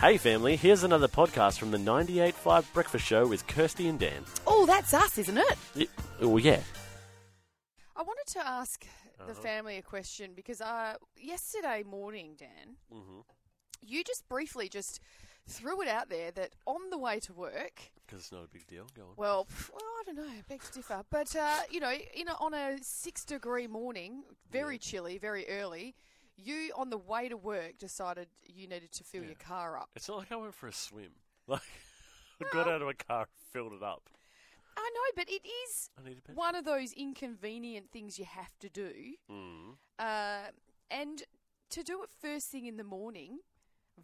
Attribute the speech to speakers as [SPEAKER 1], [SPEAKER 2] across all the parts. [SPEAKER 1] Hey, family, here's another podcast from the 98.5 Breakfast Show with Kirsty and Dan.
[SPEAKER 2] Oh, that's us, isn't it?
[SPEAKER 1] Y- Oh, yeah.
[SPEAKER 2] I wanted to ask the family a question because uh, yesterday morning, Dan, you just briefly just threw it out there that on the way to work,
[SPEAKER 1] Because it's not a big deal. Go on.
[SPEAKER 2] well, pff, well I don't know, beg to differ, but uh, you know, in a, on a six degree morning, very chilly, very early, you on the way to work decided you needed to fill your car up.
[SPEAKER 1] It's not like I went for a swim. Like, I got out of my car, filled it up.
[SPEAKER 2] I know, but it is
[SPEAKER 1] I need a bit.
[SPEAKER 2] one of those inconvenient things you have to do.
[SPEAKER 1] Mm,
[SPEAKER 2] Uh, and to do it first thing in the morning,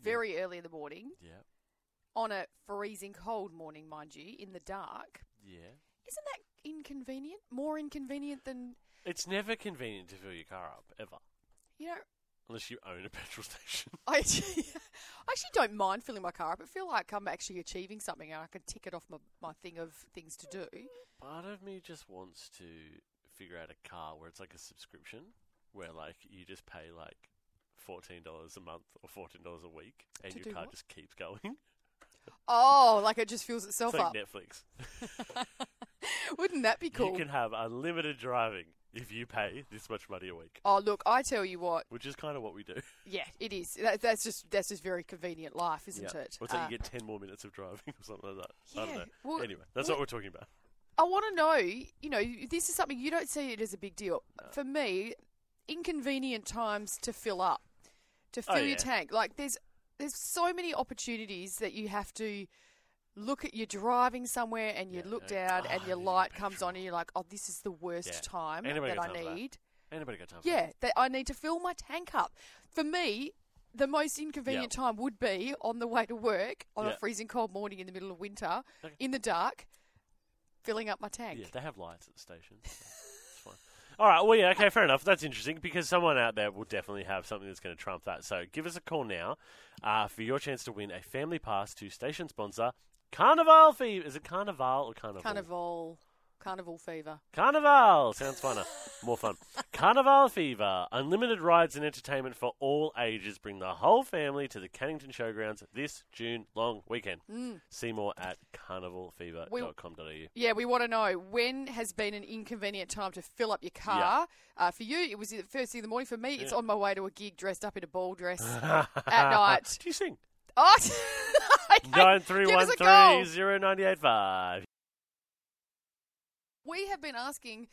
[SPEAKER 2] very early in the morning,
[SPEAKER 1] Yeah.
[SPEAKER 2] on a freezing cold morning, mind you, in the dark,
[SPEAKER 1] Yeah.
[SPEAKER 2] isn't that inconvenient? More inconvenient than,
[SPEAKER 1] It's never convenient to fill your car up, ever.
[SPEAKER 2] you know,
[SPEAKER 1] Unless you own a petrol station.
[SPEAKER 2] I actually, I actually don't mind filling my car up. I feel like I'm actually achieving something and I can tick it off my, my thing of things to do.
[SPEAKER 1] Part of me just wants to figure out a car where it's like a subscription, where like you just pay like fourteen dollars a month or fourteen dollars a week, and
[SPEAKER 2] To
[SPEAKER 1] your
[SPEAKER 2] do
[SPEAKER 1] car
[SPEAKER 2] what?
[SPEAKER 1] just keeps going.
[SPEAKER 2] Oh, like it just fills itself
[SPEAKER 1] It's like
[SPEAKER 2] up.
[SPEAKER 1] Netflix.
[SPEAKER 2] Wouldn't that be cool?
[SPEAKER 1] You can have unlimited driving if you pay this much money a week,
[SPEAKER 2] Oh, look, I tell you what,
[SPEAKER 1] which is kind of what we do.
[SPEAKER 2] Yeah, it is. That, that's just that's just very convenient life, isn't it?
[SPEAKER 1] What's that?
[SPEAKER 2] Uh,
[SPEAKER 1] You get ten more minutes of driving or something like that. I don't
[SPEAKER 2] Yeah,
[SPEAKER 1] know.
[SPEAKER 2] well,
[SPEAKER 1] anyway, that's
[SPEAKER 2] well-
[SPEAKER 1] what we're talking about.
[SPEAKER 2] I want to know. You know, this is something you don't see it as a big deal. For me, inconvenient times to fill up, to
[SPEAKER 1] Oh,
[SPEAKER 2] fill
[SPEAKER 1] yeah.
[SPEAKER 2] your tank. Like there's there's so many opportunities that you have to look at. You're driving somewhere and you
[SPEAKER 1] Yeah,
[SPEAKER 2] look
[SPEAKER 1] yeah.
[SPEAKER 2] down
[SPEAKER 1] Oh,
[SPEAKER 2] and
[SPEAKER 1] I
[SPEAKER 2] your
[SPEAKER 1] need
[SPEAKER 2] light
[SPEAKER 1] petrol.
[SPEAKER 2] comes on and you're like, oh, this is the worst
[SPEAKER 1] Yeah.
[SPEAKER 2] time
[SPEAKER 1] Anybody
[SPEAKER 2] that
[SPEAKER 1] got
[SPEAKER 2] I
[SPEAKER 1] time for that?
[SPEAKER 2] need.
[SPEAKER 1] Anybody got time? For
[SPEAKER 2] Yeah, that I need to fill my tank up. For me, the most inconvenient
[SPEAKER 1] Yeah.
[SPEAKER 2] time would be on the way to work on
[SPEAKER 1] Yeah.
[SPEAKER 2] a freezing cold morning in the middle of winter,
[SPEAKER 1] Okay.
[SPEAKER 2] in the dark, filling up my
[SPEAKER 1] that?
[SPEAKER 2] tank.
[SPEAKER 1] Yeah, they have lights at the station. so it's fine. All right. Well, yeah. Okay. Fair enough. That's interesting because someone out there will definitely have something that's going to trump that. So give us a call now uh, for your chance to win a family pass to station sponsor Carnival Fever. Is it Carnival or Carnival?
[SPEAKER 2] Carnival, carnival fever.
[SPEAKER 1] Carnival sounds funner, more fun. Carnival Fever, unlimited rides and entertainment for all ages. Bring the whole family to the Cannington Showgrounds this June long weekend.
[SPEAKER 2] Mm.
[SPEAKER 1] See more at carnivalfever.com.au.
[SPEAKER 2] Yeah, we want to know when has been an inconvenient time to fill up your car. Uh, for you, it was the first thing in the morning. For me, it's on my way to a gig dressed up in a ball dress Oh, at night.
[SPEAKER 1] Do you sing?
[SPEAKER 2] Oh, okay.
[SPEAKER 1] Nine three
[SPEAKER 2] Give
[SPEAKER 1] one
[SPEAKER 2] us a
[SPEAKER 1] three
[SPEAKER 2] call.
[SPEAKER 1] zero ninety eight five.
[SPEAKER 2] We have been asking,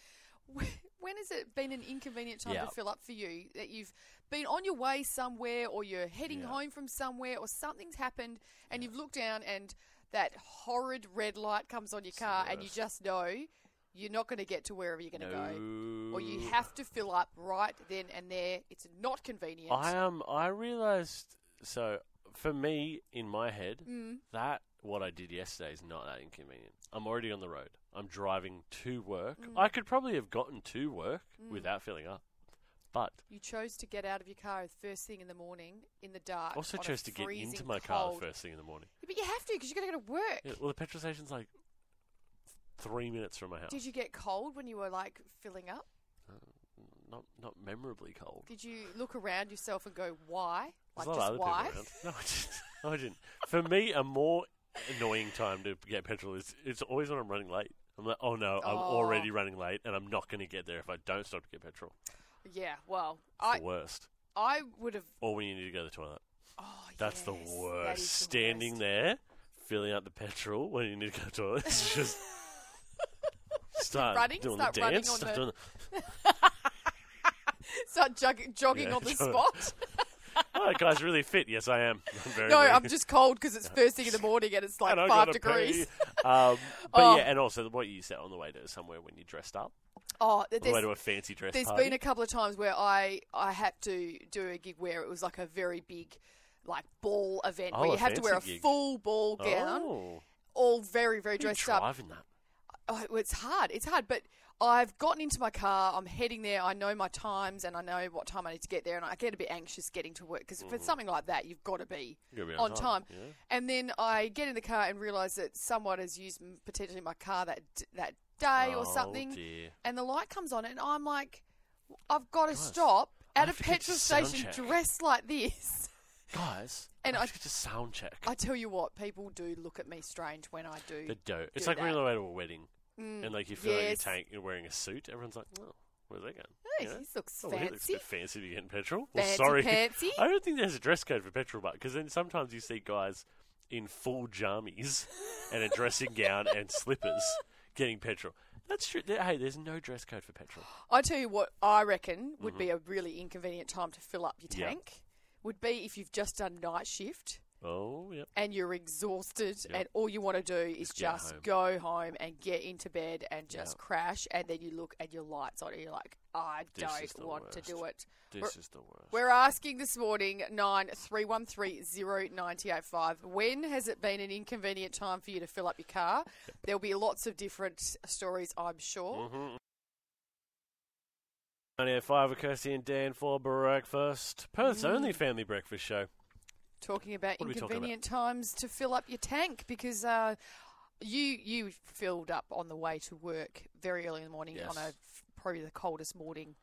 [SPEAKER 2] wh- when has it been an inconvenient time
[SPEAKER 1] Yeah.
[SPEAKER 2] to fill up for you? That you've been on your way somewhere, or you're heading
[SPEAKER 1] Yeah.
[SPEAKER 2] home from somewhere, or something's happened, and you've looked down and that horrid red light comes on your car, and you
[SPEAKER 1] worst.
[SPEAKER 2] just know you're not going to get to wherever you're going to go, or you
[SPEAKER 1] No.
[SPEAKER 2] have to fill up right then and there. It's not convenient.
[SPEAKER 1] I um I realized so for me in my head
[SPEAKER 2] Mm,
[SPEAKER 1] that what I did yesterday is not that inconvenient. I'm already on the road. I'm driving to work.
[SPEAKER 2] Mm.
[SPEAKER 1] I could probably have gotten to work without filling up, but
[SPEAKER 2] you chose to get out of your car the first thing in the morning in the dark.
[SPEAKER 1] I also
[SPEAKER 2] on Uh, a
[SPEAKER 1] chose to get
[SPEAKER 2] freezing
[SPEAKER 1] into my car
[SPEAKER 2] cold.
[SPEAKER 1] the first thing in the morning.
[SPEAKER 2] But you have to because you're going to go to work.
[SPEAKER 1] Yeah, well, the petrol station's like three minutes from my house.
[SPEAKER 2] Did you get cold when you were like filling up?
[SPEAKER 1] Not not memorably cold.
[SPEAKER 2] Did you look around yourself and go, why?
[SPEAKER 1] There's
[SPEAKER 2] Like,
[SPEAKER 1] a lot of
[SPEAKER 2] just
[SPEAKER 1] other
[SPEAKER 2] why?
[SPEAKER 1] people around. No, I didn't. No, I didn't. For me, a more annoying time to get petrol is it's always when I'm running late. I'm like, oh no, I'm
[SPEAKER 2] Oh.
[SPEAKER 1] already running late, and I'm not going to get there if I don't stop to get petrol.
[SPEAKER 2] yeah, well,
[SPEAKER 1] It's
[SPEAKER 2] I
[SPEAKER 1] the worst.
[SPEAKER 2] I would have.
[SPEAKER 1] Or when you need to go to the toilet.
[SPEAKER 2] Oh,
[SPEAKER 1] That's the
[SPEAKER 2] yes, that
[SPEAKER 1] worst.
[SPEAKER 2] is the
[SPEAKER 1] Standing
[SPEAKER 2] worst.
[SPEAKER 1] there, filling up the petrol when you need to go to the toilet. It's just start
[SPEAKER 2] Running,
[SPEAKER 1] doing
[SPEAKER 2] start
[SPEAKER 1] the
[SPEAKER 2] running
[SPEAKER 1] dance.
[SPEAKER 2] on
[SPEAKER 1] start
[SPEAKER 2] the-
[SPEAKER 1] doing
[SPEAKER 2] Start jog- jogging
[SPEAKER 1] Yeah,
[SPEAKER 2] on the
[SPEAKER 1] jog-
[SPEAKER 2] spot.
[SPEAKER 1] the, oh, that guy's really fit. Yes, I am. I'm very.
[SPEAKER 2] no,
[SPEAKER 1] very
[SPEAKER 2] I'm just cold because it's first thing in the morning and it's like
[SPEAKER 1] and I
[SPEAKER 2] five
[SPEAKER 1] gotta pee.
[SPEAKER 2] degrees.
[SPEAKER 1] Um, but
[SPEAKER 2] Oh.
[SPEAKER 1] yeah, and also what you said on the way to somewhere when you're dressed up.
[SPEAKER 2] Oh,
[SPEAKER 1] the way
[SPEAKER 2] there's,
[SPEAKER 1] to a fancy dress
[SPEAKER 2] there's
[SPEAKER 1] party.
[SPEAKER 2] been a couple of times where I I had to do a gig where it was like a very big. Like ball event
[SPEAKER 1] Oh,
[SPEAKER 2] where
[SPEAKER 1] a
[SPEAKER 2] you have to wear a
[SPEAKER 1] fancy gig.
[SPEAKER 2] full ball gown,
[SPEAKER 1] Oh,
[SPEAKER 2] all very very
[SPEAKER 1] you're
[SPEAKER 2] dressed up.
[SPEAKER 1] driving that.
[SPEAKER 2] oh, well, it's hard. It's hard, but I've gotten into my car. I'm heading there. I know my times and I know what time I need to get there. And I get a bit anxious getting to work because for something like that, you've got to be,
[SPEAKER 1] You've Mm-hmm. gotta be on
[SPEAKER 2] on
[SPEAKER 1] time,
[SPEAKER 2] time.
[SPEAKER 1] yeah.
[SPEAKER 2] And then I get in the car and realise that someone has used m- potentially my car that d- that day or
[SPEAKER 1] Oh,
[SPEAKER 2] something.
[SPEAKER 1] dear.
[SPEAKER 2] And the light comes on, and I'm like, I've got to stop at
[SPEAKER 1] have
[SPEAKER 2] a
[SPEAKER 1] to get to
[SPEAKER 2] petrol
[SPEAKER 1] sound
[SPEAKER 2] station
[SPEAKER 1] check.
[SPEAKER 2] dressed like this.
[SPEAKER 1] guys.
[SPEAKER 2] And
[SPEAKER 1] I
[SPEAKER 2] I-
[SPEAKER 1] should just sound check.
[SPEAKER 2] I tell you what, people do look at me strange when I do.
[SPEAKER 1] the dope. It's
[SPEAKER 2] do
[SPEAKER 1] like when
[SPEAKER 2] that.
[SPEAKER 1] you're at a wedding
[SPEAKER 2] Mm.
[SPEAKER 1] and like you feel like
[SPEAKER 2] Yes.
[SPEAKER 1] you're, tank, you're wearing a suit. Everyone's like, oh, where's that going?
[SPEAKER 2] Hey,
[SPEAKER 1] You know?
[SPEAKER 2] he looks
[SPEAKER 1] Oh, he looks a
[SPEAKER 2] fancy.
[SPEAKER 1] bit fancy to get in petrol. Well,
[SPEAKER 2] Fancy
[SPEAKER 1] sorry.
[SPEAKER 2] pantsy.
[SPEAKER 1] I don't think there's a dress code for petrol, but because then sometimes you see guys in full jammies and a dressing gown and slippers getting petrol. That's true. There- Hey, there's no dress code for petrol.
[SPEAKER 2] I tell you what, I reckon would be a really inconvenient time to fill up your
[SPEAKER 1] Mm-hmm. Yeah.
[SPEAKER 2] tank. Would be if you've just done night shift
[SPEAKER 1] Oh, yep.
[SPEAKER 2] and you're exhausted,
[SPEAKER 1] Yeah.
[SPEAKER 2] and all you want to do is
[SPEAKER 1] get
[SPEAKER 2] just
[SPEAKER 1] home.
[SPEAKER 2] go home and get into bed and just
[SPEAKER 1] Yeah.
[SPEAKER 2] crash, and then you look and your lights on, and you're like, I
[SPEAKER 1] This is the
[SPEAKER 2] don't want to do it.
[SPEAKER 1] This
[SPEAKER 2] We're-
[SPEAKER 1] is the worst.
[SPEAKER 2] We're asking this morning nine three one three zero ninety eight five. When has it been an inconvenient time for you to fill up your car? There'll be lots of different stories, I'm sure.
[SPEAKER 1] Mm-hmm. 985 with Kirsty and Dan for breakfast. Perth's
[SPEAKER 2] Mm.
[SPEAKER 1] only family breakfast show.
[SPEAKER 2] Talking about
[SPEAKER 1] What are we talking about?
[SPEAKER 2] inconvenient times to fill up your tank because uh, you you filled up on the way to work very early in the morning
[SPEAKER 1] Yes.
[SPEAKER 2] on a probably the coldest morning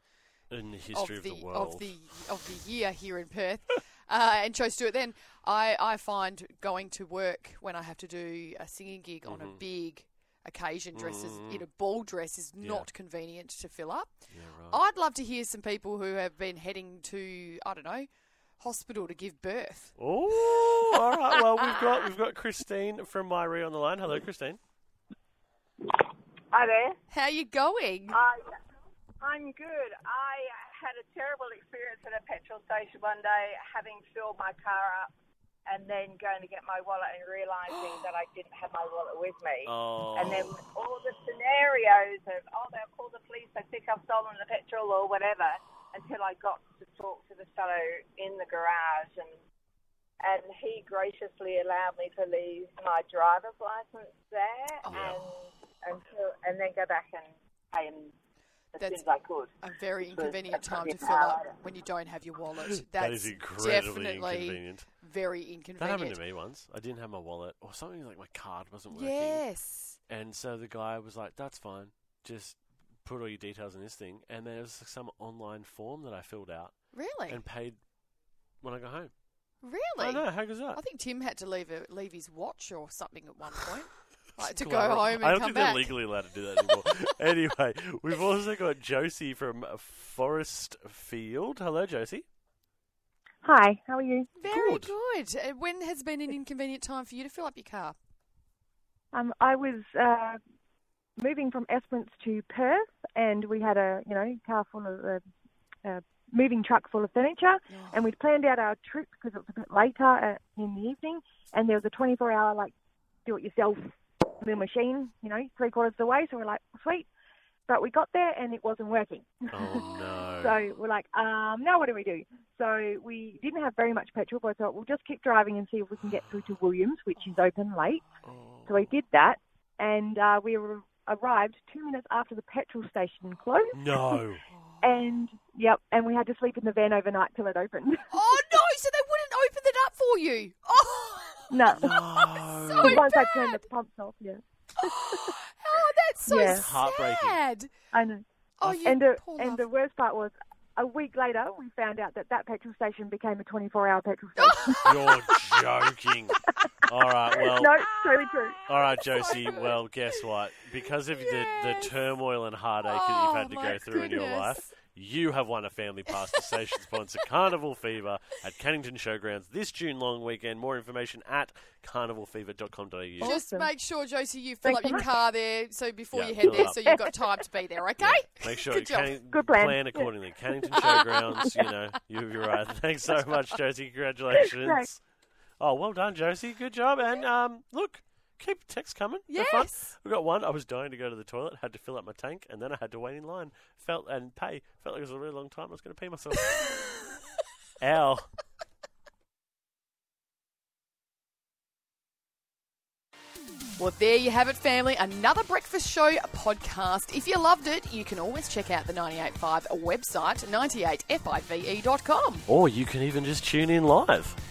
[SPEAKER 1] In the history of the, world.
[SPEAKER 2] of the of the year here in Perth, uh, and chose to do it. Then I I find going to work when I have to do a singing gig on
[SPEAKER 1] Mm-hmm.
[SPEAKER 2] a big occasion dresses in a ball dress is not convenient to fill up.
[SPEAKER 1] yeah, right.
[SPEAKER 2] I'd love to hear some people who have been heading to I don't know hospital to give birth.
[SPEAKER 1] Oh, all right. Well, we've got we've got Christine from Myrie on the line. Hello, Christine.
[SPEAKER 3] Hi there.
[SPEAKER 2] How you going?
[SPEAKER 3] I, I'm good. I had a terrible experience at a petrol station one day, having filled my car up and then going to get my wallet and realising that I didn't have my wallet with me.
[SPEAKER 1] Oh,
[SPEAKER 3] And then all the scenarios of, oh, they'll call the police, they think I've stolen the petrol or whatever, until I got to talk to the fellow in the garage and and he graciously allowed me to leave my driver's license there
[SPEAKER 1] Oh, Yeah.
[SPEAKER 3] and until and then go back and pay him as
[SPEAKER 2] That's-
[SPEAKER 3] soon as I could.
[SPEAKER 2] A very
[SPEAKER 3] But
[SPEAKER 2] inconvenient
[SPEAKER 3] that's
[SPEAKER 2] time to
[SPEAKER 3] probably
[SPEAKER 2] fill up
[SPEAKER 3] how I-
[SPEAKER 2] when you don't have your wallet. That's
[SPEAKER 1] that is incredibly
[SPEAKER 2] definitely
[SPEAKER 1] inconvenient.
[SPEAKER 2] Very
[SPEAKER 1] That
[SPEAKER 2] inconvenient.
[SPEAKER 1] happened to me once. I didn't have my wallet or something like my card wasn't working.
[SPEAKER 2] Yes.
[SPEAKER 1] And so the guy was like, "That's fine. Just put all your details in this thing." And there was some online form that I filled out
[SPEAKER 2] Really?
[SPEAKER 1] and paid when I got home.
[SPEAKER 2] really?
[SPEAKER 1] I know. How good's that?
[SPEAKER 2] I think Tim had to leave a, leave his watch or something at one point, like to go
[SPEAKER 1] Clara.
[SPEAKER 2] home and
[SPEAKER 1] I don't
[SPEAKER 2] come
[SPEAKER 1] think
[SPEAKER 2] back.
[SPEAKER 1] they're legally allowed to do that anymore. anyway, we've also got Josie from Forest Field. Hello, Josie.
[SPEAKER 4] Hi, how are you?
[SPEAKER 2] Very
[SPEAKER 1] Good.
[SPEAKER 2] good. Uh, When has been an inconvenient time for you to fill up your car?
[SPEAKER 4] Um, I was uh, moving from Esperance to Perth, and we had a you know car full of uh, uh, moving truck full of furniture, and we'd planned out our trip because it was a bit later at, in the evening, and there was a 24-hour like do-it-yourself little machine, you know, three quarters of the way. So we're like, sweet, but we got there and it wasn't working.
[SPEAKER 1] Oh no.
[SPEAKER 4] So we're like, um, now what do we do? So we didn't have very much petrol, but I thought we'll just keep driving and see if we can get through to Williams, which is open late. So we did that, and uh, we were, arrived two minutes after the petrol station closed.
[SPEAKER 1] No.
[SPEAKER 4] And yep, and we had to sleep in the van overnight till it opened.
[SPEAKER 2] Oh no! So they wouldn't open it up for you. Oh,
[SPEAKER 4] no,
[SPEAKER 1] No.
[SPEAKER 2] so
[SPEAKER 4] once
[SPEAKER 2] bad.
[SPEAKER 4] I turned the pumps off, yeah,
[SPEAKER 2] Oh, that's so
[SPEAKER 4] Yeah.
[SPEAKER 1] Heartbreaking.
[SPEAKER 2] sad.
[SPEAKER 4] I know.
[SPEAKER 2] Oh, you
[SPEAKER 4] and the
[SPEAKER 2] poor
[SPEAKER 4] and
[SPEAKER 2] love.
[SPEAKER 4] the worst part was. A week later, we found out that that petrol station became a 24-hour petrol station.
[SPEAKER 1] You're joking. All right. Well.
[SPEAKER 4] no, totally true.
[SPEAKER 1] All right, Josie. Well, guess what? Because of the, the
[SPEAKER 2] Yes.
[SPEAKER 1] turmoil and heartache that you've had
[SPEAKER 2] Oh,
[SPEAKER 1] to
[SPEAKER 2] my
[SPEAKER 1] go through in your life,
[SPEAKER 2] goodness.
[SPEAKER 1] you have won a family pass to Station Sponsor Carnival Fever at Cannington Showgrounds this June long weekend. More information at carnivalfever.com.au.
[SPEAKER 2] Just
[SPEAKER 4] Awesome.
[SPEAKER 2] make sure, Josie, you fill
[SPEAKER 4] Thanks
[SPEAKER 2] up
[SPEAKER 4] so
[SPEAKER 2] your
[SPEAKER 4] much.
[SPEAKER 2] car there. So before
[SPEAKER 1] Yeah,
[SPEAKER 2] you
[SPEAKER 1] fill
[SPEAKER 2] head
[SPEAKER 1] it
[SPEAKER 2] there,
[SPEAKER 1] up.
[SPEAKER 2] so you've got time to be there. Okay.
[SPEAKER 1] Make sure
[SPEAKER 2] Good
[SPEAKER 1] you
[SPEAKER 2] job.
[SPEAKER 1] can
[SPEAKER 4] Good plan.
[SPEAKER 1] accordingly. Cannington Showgrounds, you know, you- you're right. Thanks so much, Josie. Congratulations.
[SPEAKER 4] Right.
[SPEAKER 1] Oh, well done, Josie. Good job. And um, look, keep texts coming. They're fun.
[SPEAKER 2] Yes.
[SPEAKER 1] We got one. I was dying to go to the toilet, had to fill up my tank, and then I had to wait in line. Felt and pay. Felt like it was a really long time. I was going to pee myself. Ow.
[SPEAKER 2] Well, there you have it, family. Another Breakfast Show podcast. If you loved it, you can always check out the 98.5 website, 98five.com.
[SPEAKER 1] Or you can even just tune in live.